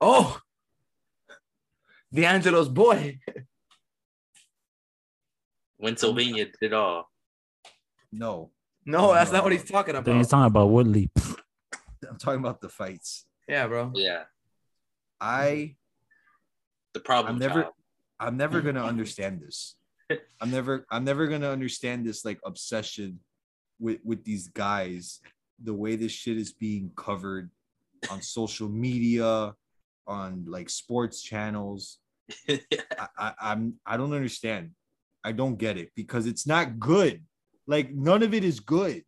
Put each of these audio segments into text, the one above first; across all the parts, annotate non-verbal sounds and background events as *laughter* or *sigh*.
Oh, D'Angelo's boy. Pennsylvania did it all. No, No, that's not what he's talking about. He's talking about Woodley. I'm talking about the fights. yeah, bro. Yeah. I The problem I'm never- child. I'm never gonna understand this. I'm never I'm never gonna understand this like obsession with with these guys. The way this shit is being covered on social media, on like sports channels. I, I, I'm I don't understand. I don't get it because it's not good. Like none of it is good.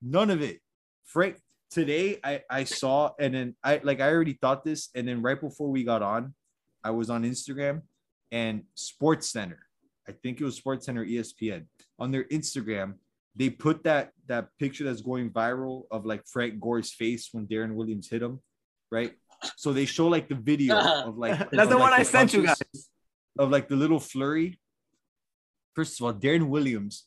None of it. Frank today I I saw and then I like I already thought this and then right before we got on, I was on Instagram and Sports Center. I think it was E Sports Center ESPN on their Instagram. They put that that picture that's going viral of like Frank Gore's face when Darren Williams hit him, right? So they show like the video of like *laughs* That's of, the like, one I sent you punches guys. of like the little flurry. First of all, Darren Williams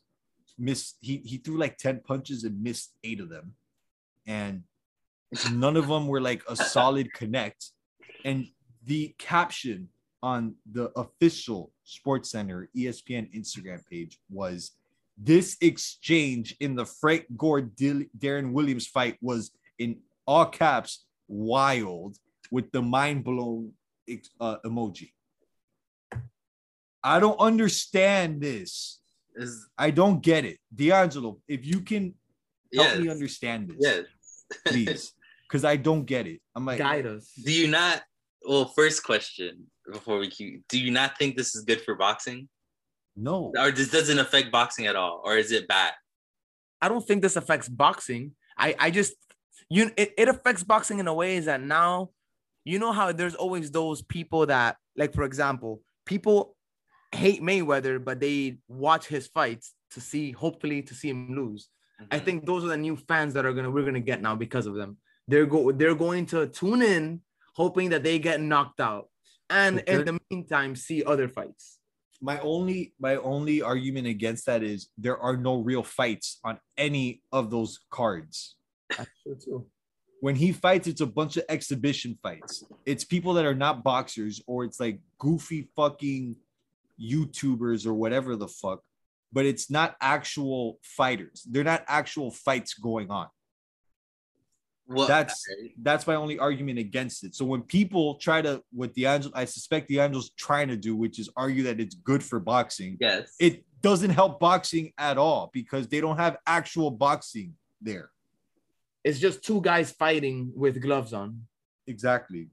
missed. He he threw like ten punches and missed eight of them, and none of them were like a solid connect. And the caption on the official Sports Center E ESPN Instagram page was. This exchange in the Frank Gore Dil- Darren Williams fight was in all caps wild with the mind blown ex- uh, emoji. I don't understand this. Is- I don't get it. D'Angelo, if you can help yes. me understand this, Yes. *laughs* please. Because I don't get it. I'm like, Guide us. do you not? Well, first question before we keep, do you not think this is good for boxing, no. or this doesn't affect boxing at all, or is it bad? I don't think this affects boxing. I, I just you it, it affects boxing in a way is that now you know how there's always those people that like for example people hate Mayweather but they watch his fights to see hopefully to see him lose. I think those are the new fans that are gonna we're gonna get now because of them. They're go they're going to tune in hoping that they get knocked out and But in they're- the meantime see other fights. My only my only argument against that is there are no real fights on any of those cards. That's true too. When he fights, it's a bunch of exhibition fights. It's people that are not boxers or it's like goofy fucking YouTubers or whatever the fuck, but it's not actual fighters. They're not actual fights going on. Well, that's- that's my only argument against it. So when people try to what the angel, I suspect the angel's trying to do, which is argue that it's good for boxing, yes. it doesn't help boxing at all because they don't have actual boxing there. It's just two guys fighting with gloves on. Exactly.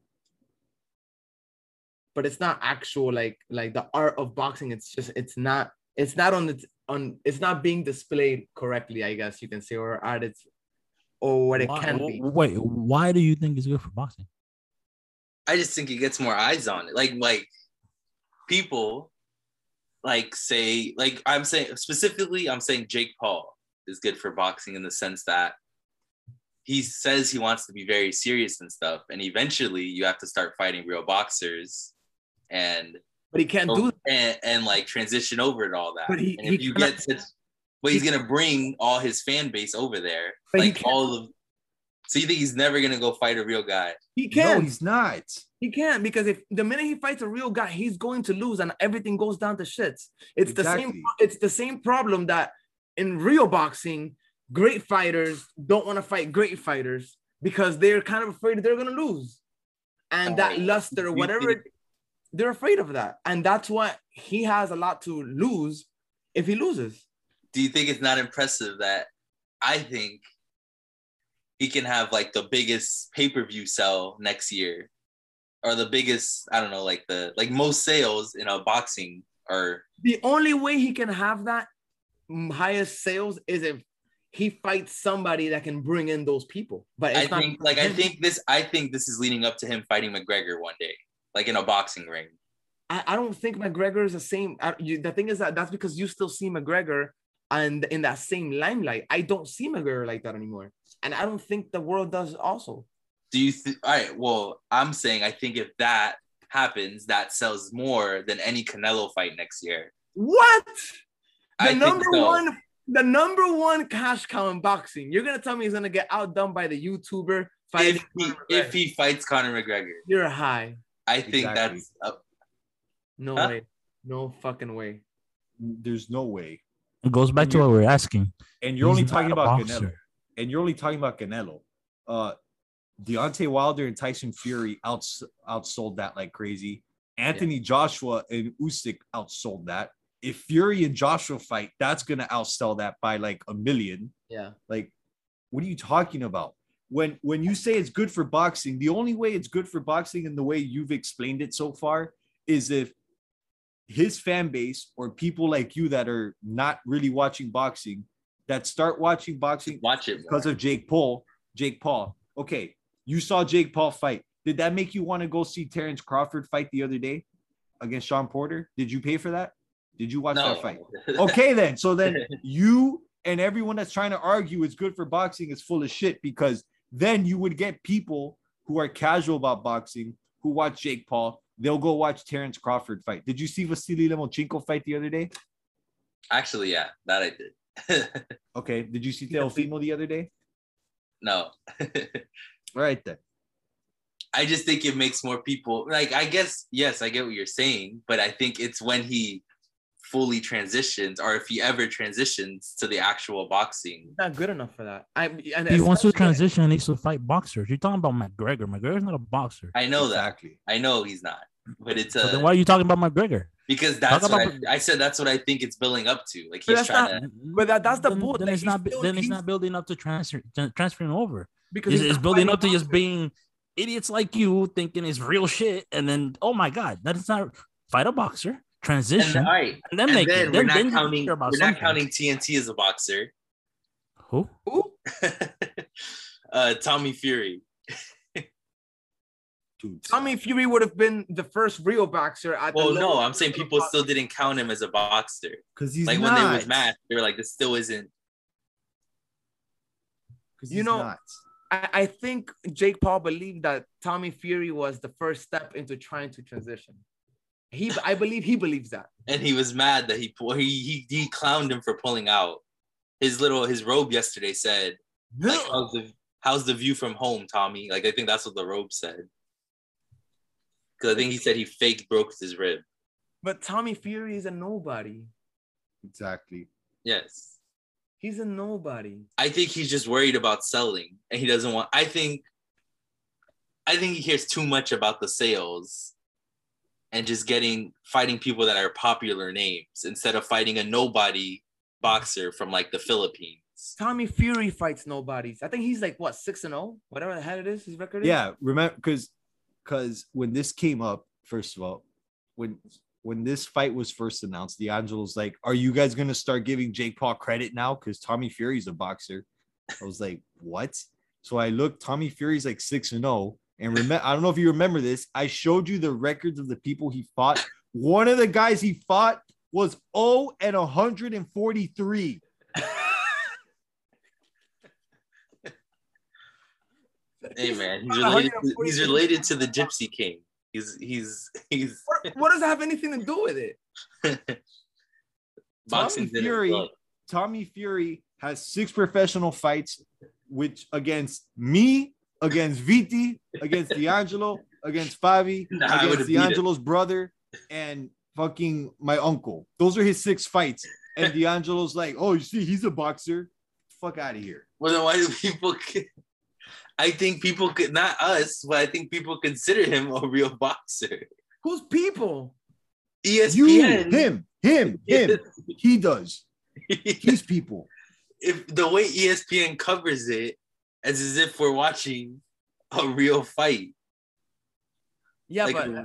but it's not actual like like the art of boxing it's just it's not it's not on the on it's not being displayed correctly i guess you can say or at its or what it Why- can w- be Wait, why do you think it's good for boxing? I just think it gets more eyes on it. Like like people like say like I'm saying specifically I'm saying Jake Paul is good for boxing in the sense that he says he wants to be very serious and stuff and eventually you have to start fighting real boxers and but he Oh. can't do and, and like transition over to all that. But he- and if he you cannot- get to but he's gonna bring all his fan base over there. But he like can't- all of so you think he's never gonna go fight a real guy? he No, can't he's not. he can't because if the minute he fights a real guy he's going to lose and everything goes down to shits it's the same Exactly. it's the same problem that in real boxing great fighters don't want to fight great fighters because they're kind of afraid they're going to lose and that Right. luster You whatever think- they're afraid of that and that's why he has a lot to lose if he loses do you think it's not impressive that I think he can have like the biggest pay per view sell next year, or the biggest I don't know like the like most sales in a boxing or the only way he can have that mm, highest sales is if he fights somebody that can bring in those people but it's I not think like I him. think this I think this is leading up to him fighting McGregor one day like in a boxing ring. I, I don't think McGregor is the same. I, you, the thing is that that's because you still see McGregor and in that same limelight. I don't see McGregor like that anymore, and I don't think the world does also. Do you think? All right. Well, I'm saying I think if that happens, that sells more than any Canelo fight next year. What? The I number think so. one, the number one cash cow in boxing. You're gonna tell me he's gonna get outdone by the YouTuber fighting. if he, Conor if McGregor. he fights Conor McGregor, you're high. I think Exactly. that's a, No Huh? way. No fucking way. There's no way. It goes back to what we we're asking. And you're only He's not talking a about boxer. Canelo. And you're only talking about Canelo. Uh, Deontay Wilder and Tyson Fury outs outsold that like crazy. Anthony Joshua and Usyk outsold that. If Fury and Joshua fight, that's gonna outsell that by like a million. Yeah. Like, what are you talking about? When when you say it's good for boxing, the only way it's good for boxing and the way you've explained it so far is if his fan base or people like you that are not really watching boxing that start watching boxing watch it. More. because of Jake Paul, Jake Paul. Okay, you saw Jake Paul fight. Did that make you want to go see Terrence Crawford fight the other day against Sean Porter? Did you pay for that? Did you watch that fight? okay then so then you and everyone that's trying to argue it's good for boxing is full of shit because then you would get people who are casual about boxing who watch jake paul they'll go watch terrence crawford fight did you see vasily lemochenko fight the other day *laughs* Actually, yeah, that I did. *laughs* okay did you see Teofimo the other day no, *laughs* right then I just think it makes more people like. I guess yes, I get what you're saying, but I think it's when he fully transitions, or if he ever transitions to the actual boxing. Not good enough for that. I and He wants to especially- transition and needs to fight boxers. You're talking about McGregor. McGregor's not a boxer. I know exactly that. I know he's not, but it's So a then why are you talking about McGregor? because that's Talk what about- I, I said. That's what I think it's building up to. Like But that's he's not- trying to. But that, that's the then, bull. Then that it's he's not. bu- still- Then it's he's- not building up to transfer tran- transferring over. because It's, he's it's not building fighting up to just boxers. being idiots like you thinking it's real shit, and then oh my god, that is not fight a boxer And, transition all and, right, then and make then it. we're Then, not then you counting. care about We're not something. counting TNT as a boxer. *laughs* who Ooh, uh, Tommy Fury. dude Tommy Fury would have been the first real boxer. At the Well, level no, I'm saying of the people box- still didn't count him as a boxer. because he's like not. when they was mad, they were like, "This still isn't." 'Cause You he's know- not. I, I think Jake Paul believed that Tommy Fury was the first step into trying to transition. He, I believe, he believes that. And he was mad that he pu- he he, he clowned him for pulling out. His little his robe yesterday said, like, "How's the how's the view from home, Tommy?" Like I think that's what the robe said. Because I think he said he faked broke his rib. But Tommy Fury is a nobody. exactly Yes, He's a nobody. I think he's just worried about selling, and he doesn't want. I think, I think he hears too much about the sales, and just getting fighting people that are popular names instead of fighting a nobody boxer from like the Philippines. Tommy Fury fights nobodies. I think he's like what six and zero, whatever the hell it is. His record. Is. yeah remember because because when this came up first of all when when this fight was first announced d'angelo's like are you guys gonna start giving jake paul credit now because tommy fury's a boxer i was like what so i looked tommy fury's like 6 and 0 and remember i don't know if you remember this i showed you the records of the people he fought one of the guys he fought was 0 and 143 Hey man, he's He's related. To, 140 he's related to the Gypsy King. He's he's he's *laughs* What, what does that have anything to do with it? boxing. Fury. Tommy Fury has six professional fights, which against me, against Viti, *laughs* against D'Angelo, against Fabi, Nah, I would've against beat it. D'Angelo's brother, and fucking my uncle. Those are his six fights. *laughs* And D'Angelo's like, oh, you see, he's a boxer. Fuck out of here. Well, then why do people? c- I think people could not us, but I think people consider him a real boxer. Who's people? ESPN. You, him, *laughs* him, him. He does. He's people. if the way E ESPN covers it as as if we're watching a real fight. Yeah, Like, but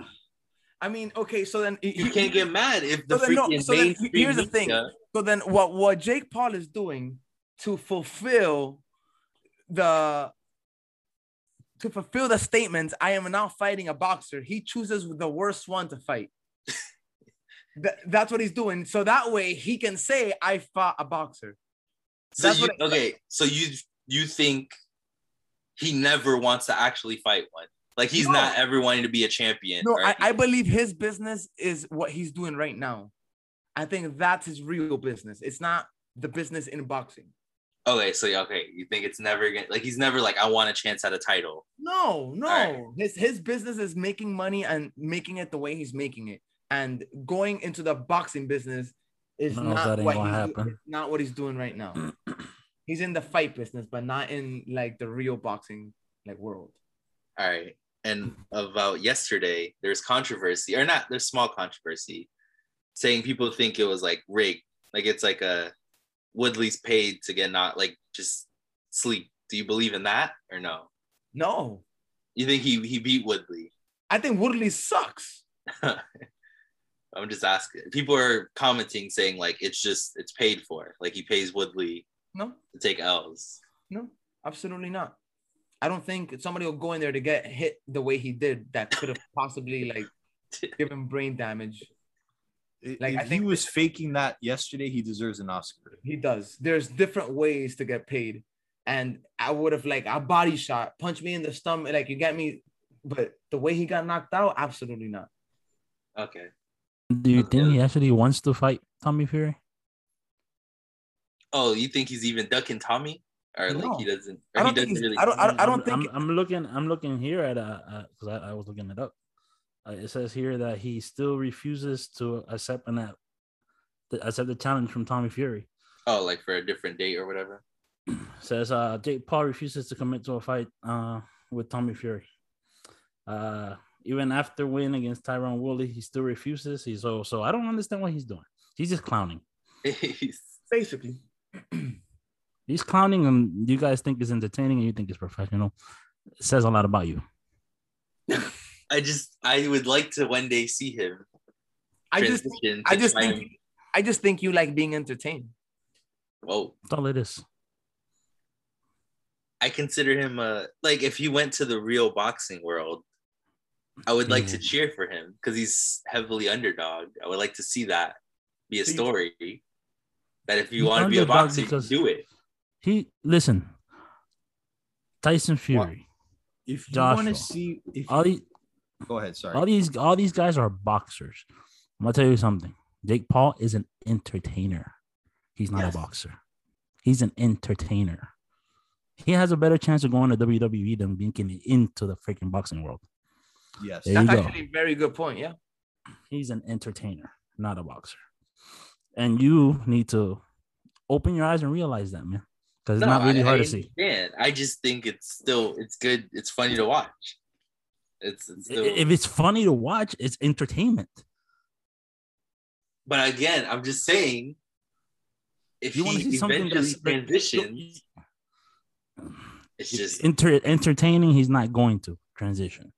I mean, okay. So then You can't get mad if the So then, no, freaking so then mainstream here's the thing. media- So then, what what Jake Paul is doing to fulfill the to fulfill the statements, I am now fighting a boxer. He chooses the worst one to fight. Th- that's what he's doing. So that way he can say, "I fought a boxer." So That's you, what I- okay, so you you think he never wants to actually fight one? Like he's No. not ever wanting to be a champion. No, right? I, I believe his business is what he's doing right now. I think that's his real business. It's not the business in boxing. Okay, so yeah, okay, you think it's never gonna like he's never like I want a chance at a title. No, no. right. His his business is making money and making it the way he's making it. And going into the boxing business is I don't know if not that ain't what gonna he's, happen. it's not what he's doing right *clears throat* now. he's in the fight business, but not in like the real boxing like world. All right. And about yesterday, there's controversy, or not, there's small controversy saying people think it was like rigged. Like it's like a Woodley's paid to get not like just sleep. Do you believe in that or no? No, You think he he beat Woodley? I think Woodley sucks. I'm just asking. People are commenting saying like it's just it's paid for. Like he pays Woodley No, to take L's. no, absolutely not. I don't think somebody will go in there to get hit the way he did. That could have possibly *laughs* like given brain damage. I- Like, I if he think- was faking that yesterday, he deserves an Oscar. He does. There's different ways to get paid. And I would have like a body shot, punch me in the stomach, like you get me. But the way he got knocked out, absolutely not. Okay. Do you think he actually wants to fight Tommy Fury? Oh, you think he's even ducking Tommy? Or like No. he doesn't I or he don't think doesn't he's- really I don't I don't, I don't I'm- think I'm, I'm looking. I'm looking here at uh because I, I was looking it up. Uh, it says here that he still refuses to accept an app, to accept the challenge from Tommy Fury. Oh, like for a different date or whatever. *laughs* says uh Jake Paul refuses to commit to a fight uh with Tommy Fury. Uh even after win against Tyron Woodley, he still refuses. He's so so I don't understand what he's doing. He's just clowning. He's- basically. He's clowning and you guys think is entertaining and you think it's professional. It says a lot about you. I just I would like to one day see him I just transition. I to just try think and- I just think you like being entertained. whoa, That's all it is. I consider him a like if he went to the real boxing world, I would like to Mhm. cheer for him because he's heavily underdog. I would like to see that be a So you- story. That if you He's want to be a underdog boxer, you can because- do it. He listen. Tyson Fury. If you Joshua. want to see, if All these go ahead. Sorry. all these all these guys are boxers. I'm gonna tell you something. Jake Paul is an entertainer. He's not Yes. a boxer. He's an entertainer. He has a better chance of going to WWE than making it into the freaking boxing world. yes. There That's you go. actually a very good point. Yeah. He's an entertainer, not a boxer. And you need to open your eyes and realize that, man. Because it's not really I, hard I to see. understand. I just think it's still it's good. It's funny to watch. It's, it's I- still, If it's funny to watch, it's entertainment. but again, I'm just saying. If You want to he see something eventually that's that- transitions, it's just Enter, entertaining. He's not going to transition.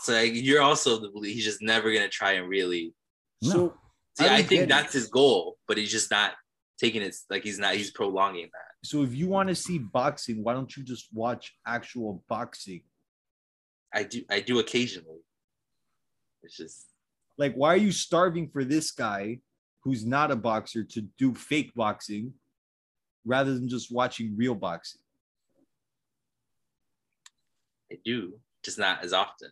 So like, you're also the belief he's just never gonna try and really. No. So See, I I, don't get think it. that's his goal, but he's just not taking it. Like he's not. He's prolonging that. so if you want to see boxing, why don't you just watch actual boxing? I do. I do occasionally. It's just Like, why are you starving for this guy who's not a boxer to do fake boxing rather than just watching real boxing? I do, just not as often.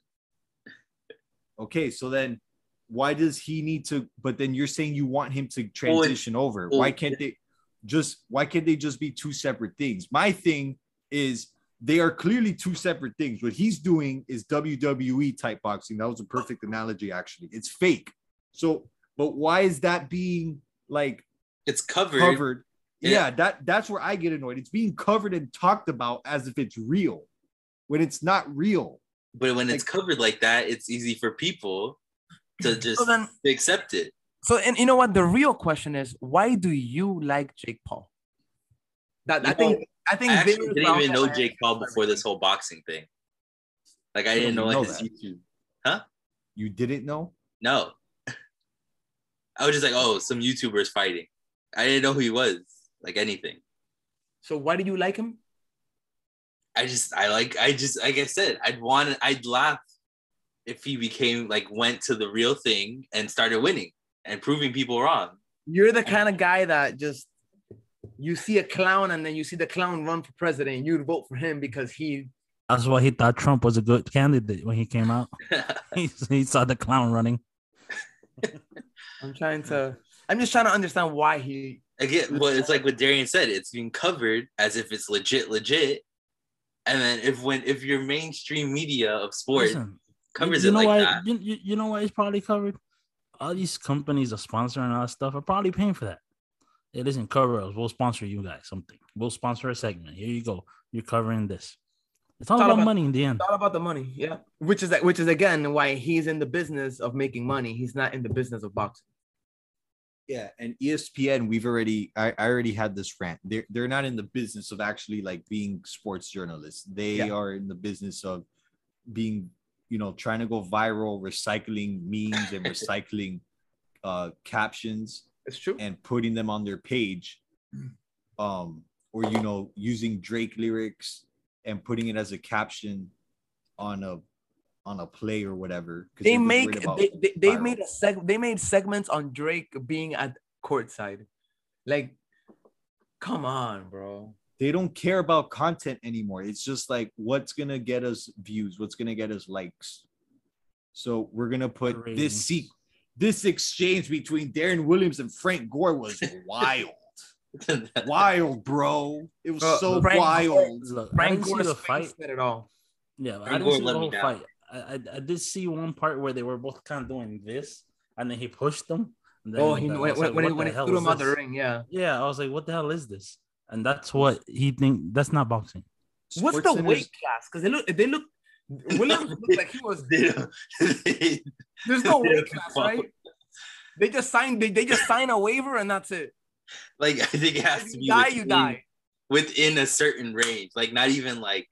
Okay, so then why does he need to? But then you're saying you want him to transition over. well, Why can't they just? Why can't they just be two separate things? My thing is they are clearly two separate things. What he's doing is WWE type boxing. That was a perfect analogy, actually. It's fake. So, but why is that being like It's covered. covered? Yeah. Yeah, that that's where I get annoyed. It's being covered and talked about as if it's real, when it's not real. But when it's Like- covered like that, it's easy for people to just So then to accept it. so and you know what the real question is why do you like Jake Paul? That I You think I I think actually Vince didn't Wilder- even know Jake Paul before this whole boxing thing. Like I You didn't know, don't like, know his that. YouTube. You didn't know? No. I was just like, oh, some YouTubers fighting. I didn't know who he was, like anything. So why do you like him? I just, I like, I just, like I said, I'd want, I'd laugh if he became like went to the real thing and started winning and proving people wrong. *laughs* You're the kind of guy that just you see a clown and then you see the clown run for president, and you'd vote for him because he That's why he thought Trump was a good candidate when *laughs* he came out. *laughs* I He, he saw the clown running. I'm trying to I'm just trying to understand why he. Again, well, it's like what Darian said. It's being covered as if it's legit, legit. And then if when if your mainstream media of sports Listen, covers you, you it know like why, that, You, you, you know why it's probably covered? All these companies are sponsoring all that stuff are probably paying for that. It isn't cover us. We'll sponsor you guys something. We'll sponsor a segment. Here you go. You're covering this. It's all It's all about, about- money in the end. It's all about the money. Yeah. Which is that. Which is again why he's in the business of making money. He's not in the business of boxing. Yeah, and E ESPN, we've already I, I already had this rant. They're they're not in the business of actually like being sports journalists. They Yeah. are in the business of being, you know, trying to go viral, recycling *laughs* memes and recycling uh captions It's true. and putting them on their page. Um, or you know, using Drake lyrics and putting it as a caption on a on a play or whatever. 'cause they they're just make worried about they, they, they viral. made a seg- they made segments on Drake being at courtside. Like, come on, bro. they don't care about content anymore. It's just like what's gonna get us views, what's gonna get us likes. So we're gonna put this Ratings. seek this exchange between Darren Williams and Frank Gore was *laughs* wild, *laughs* wild, bro. It was Bro, so Uh, Frank wild. Look, I Frank didn't see Gore's the face fight. said it all. Yeah, but Frank I Gore didn't see let the me whole down. fight. I, I I did see one part where they were both kind of doing this, and then he pushed them. and then oh, he I when was when, like, when, what he- when the he hell threw is him out the this? ring, yeah. Yeah, I was like, what the hell is this? And that's what he think. That's not boxing. What's the Sports Center's- weight class? Because they look they look Williams looked like he *laughs* was They don't- there's no they weight don't class, follow. right? They just sign they, they just sign a waiver and that's it. like I think it has If to you be die, you within- die. within a certain range, like not even like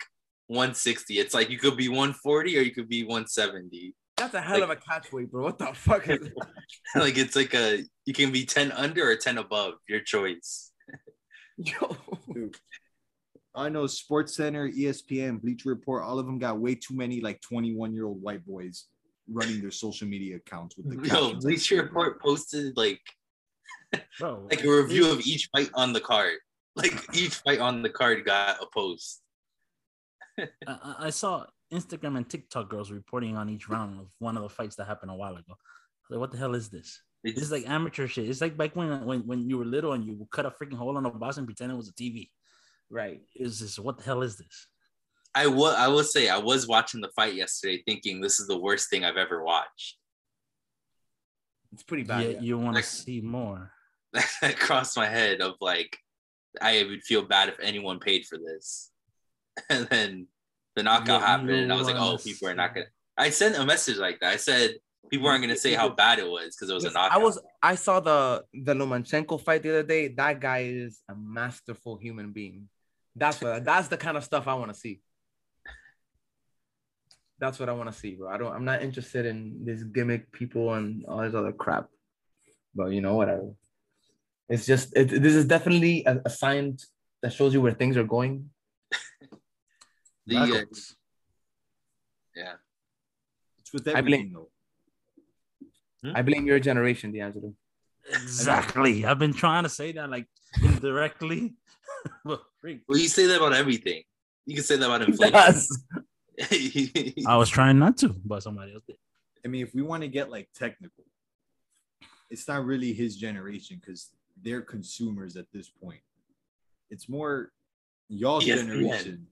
160. It's like you could be 140 or you could be 170. That's a hell of a catch weight, bro. What the fuck is *laughs* *laughs* like it's like a you can be 10 under or 10 above, your choice. yo? I know Sports Center, E ESPN, Bleacher Report, all of them got way too many like 21 year old white boys running their social media *laughs* accounts with the No, captions like Bleacher that. Report posted like Bro, like a review of each fight on the card. *laughs* Like each fight on the card got a post. I, I- I saw Instagram and TikTok girls reporting on each round of one of the fights that happened a while ago. I was Like, what the hell is this? They This just is like amateur shit. It's like back when when, when you were little and you would cut a freaking hole in a box and pretend it was a TV. Right. Is this what the hell is this? I will I will say I was watching the fight yesterday thinking this is the worst thing I've ever watched. It's pretty bad. Yeah, yeah. you want to Like- see more. *laughs* that crossed my head of like I would feel bad if anyone paid for this. *laughs* And then the knockout Yeah, happened you and I was like, wanna oh, people are not see- gonna I sent a message like that. I said people aren't gonna say how bad it was because it was a Listen, knockout. I was I saw the the Lomachenko fight the other day. That guy is a masterful human being. That's what that's the kind of stuff I want to see. That's what I want to see, bro. I don't I'm not interested in this gimmick people and all this other crap. But you know whatever. It's just it, this is definitely a, a sign that shows you where things are going. the, uh, Knuckles. yeah. It's with I blame- everything though. Hmm? I blame your generation, D'Angelo. Exactly. I've been trying to say that like indirectly. *laughs* but freak. Well you say that about everything. You can say that *laughs* about inflation. *laughs* Yes. *laughs* I was trying not to, but somebody else did. I mean, if we want to get like technical, it's not really his generation because they're consumers at this point. It's more y'all's ESPN. generation.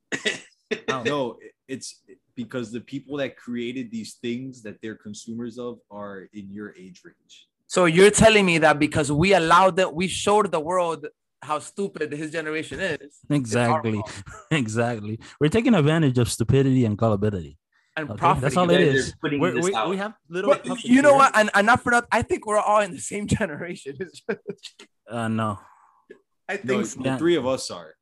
No, it- it's because the people that created these things that they're consumers of are in your age range. So you're telling me that because we allowed that we showed the world how stupid his generation is Exactly. *laughs* exactly. We're taking advantage of stupidity and gullibility. and Okay? profiting. That's all it You guys is. are putting We're- this we out. we have little. But puppets you know here. what? And, and not for that, I think we're all in the same *laughs* generation. It's just- Uh, no, I think No, so. the Yeah. three of us are.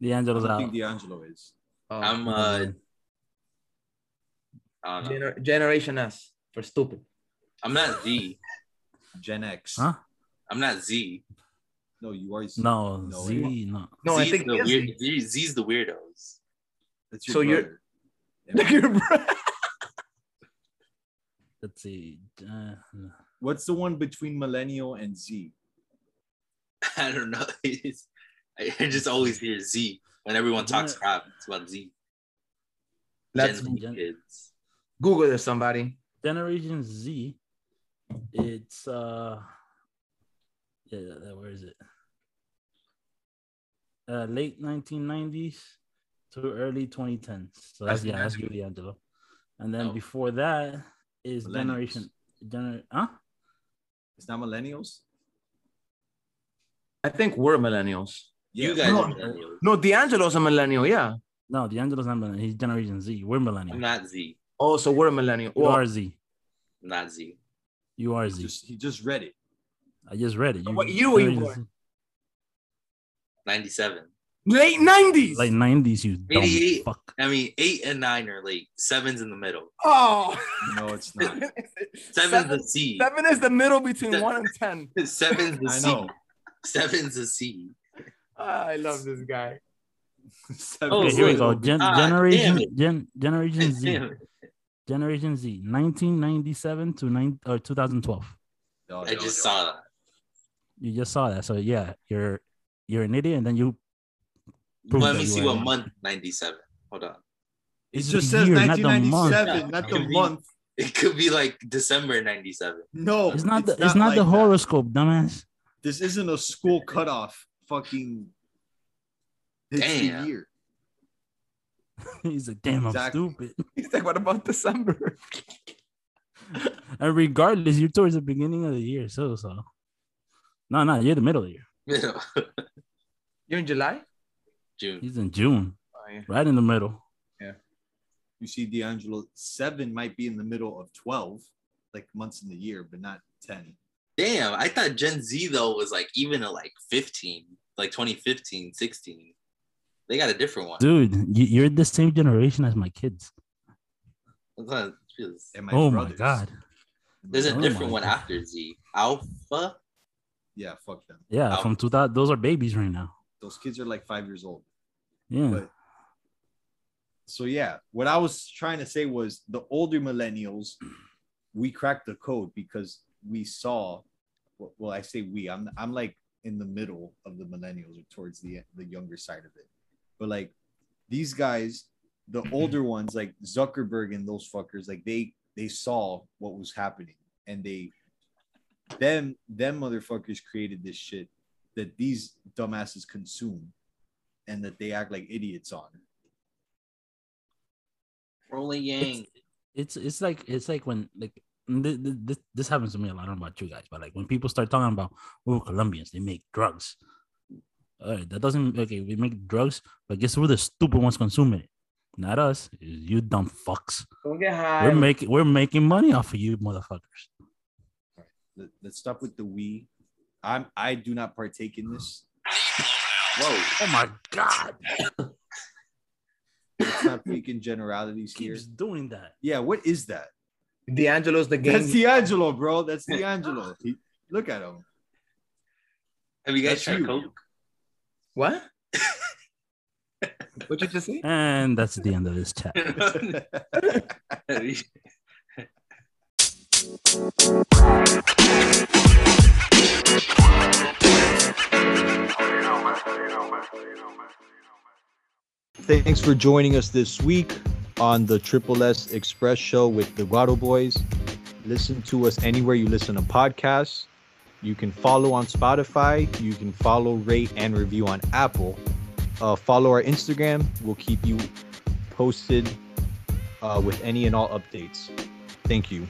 I D'Angelo's don't out. think D'Angelo is. Oh. I'm uh I don't know. Gener- generation S for stupid. I'm not Z. Gen X. Huh? I'm not Z. No, you are. no, No, Z, no. No, I Z's think the it is weird, me. Z- Z's the weirdos. *laughs* That's your So you're- *laughs* *laughs* brother. Look at your bro- Let's see. Uh, no. What's the one between millennial and Z? I don't know. *laughs* It's- I I just always hear Z when everyone talks Yeah. crap. It's about Z. Let's Gen Z Gen- kids. Google this, somebody. Generation Z. It's uh, yeah, yeah, where is it? Uh, late 1990s to early 2010s. So that's, That's- yeah, that's that's- Gilly Angelo. And then Oh. before that is Millennials. Generation Gener huh? It's not millennials. I think we're millennials. You guys No. are millennials. No, D'Angelo's a millennial. Yeah. No, D'Angelo's not millennial. He's Generation Z. We're millennial. I'm not Z. Oh, so we're a millennial. you Well, are Z. I'm not Z. You are He Z. just, he just read it. I just read it. What year were you born? Generation 97. late Z. 90s. Like 90s, you dumb 88. fuck. I mean, eight and nine are late. Seven's in the middle. oh. *laughs* No, *laughs* it's not. Seven's seven, a C. seven is the middle between *laughs* Seven. one and ten. Seven's a I C. know. *laughs* Seven's a C. *laughs* Ah, I love this guy. Seven Oh, Okay, here we wait. go. Gen- Ah, damn generation it. Gen- Generation Z. Damn it. Generation Z, 1997 to nine or 2012. No, *laughs* I no, just no. saw that. You just saw that, so yeah, you're you're an idiot, and then you Prove Let that me you see are what not. month 97. Hold on. It It's just the says year, not the 1997, not month. the Can we- month. It could be like December *laughs* 97. No, it's not the it's not, Oh, like the that. horoscope, dumbass. *laughs* This isn't a school cutoff. Fucking. It's Damn. the year. He's like, damn, Exactly. I'm stupid. *laughs* He's like, what about December? And regardless, you're towards the beginning of the year, so so. No, no, you're the middle year. Middle. You're in July? June. He's in June, right in the middle. You see, D'Angelo seven might be in the middle of twelve, like months in the year, but not ten. Damn, I thought Gen Z though was like even at like 15, like 2015, 16. They got a different one. Dude, you, you're the same generation as my kids. That's not- Jesus. And oh my brothers. god. There's a Oh my different one God. after Z. Alpha. Yeah, fuck them. Yeah, Oh. from 2000, those are babies right now. Those kids are like five years old. Yeah. But- So yeah, what I was trying to say was the older millennials, we cracked the code because we saw. Well, well, I say we. I'm I'm like in the middle of the millennials or towards the the younger side of it, but like these guys, the older ones like Zuckerberg and those fuckers, like they they saw what was happening and they them them motherfuckers created this shit that these dumbasses consume and that they act like idiots on. Rolling Yang. it's it's like it's like when like this, this this happens to me a lot. I don't know about you guys, but like when people start talking about oh Colombians, they make drugs. All right, that doesn't okay. We make drugs, but guess who the stupid ones consuming it? Not us. You dumb fucks. Don't get We're high. making we're making money off of you motherfuckers. Let, let's stop with the we. I'm I do not partake in this. Whoa. Oh my god, Let's not freaking generalities here. keeps doing that. Yeah, what is that? D'Angelo's the game. That's D'Angelo, bro. That's D'Angelo. He, look at him. Have you guys That's tried you. Coke? what? what you just say? And that's the end of this chat. *laughs* Thanks for joining us this week on the Triple S Express Show with the Guado Boys. Listen to us anywhere you listen to podcasts. You can follow on Spotify. You can follow, rate, and review on Apple. Uh, follow our Instagram. We'll keep you posted uh, with any and all updates. Thank you.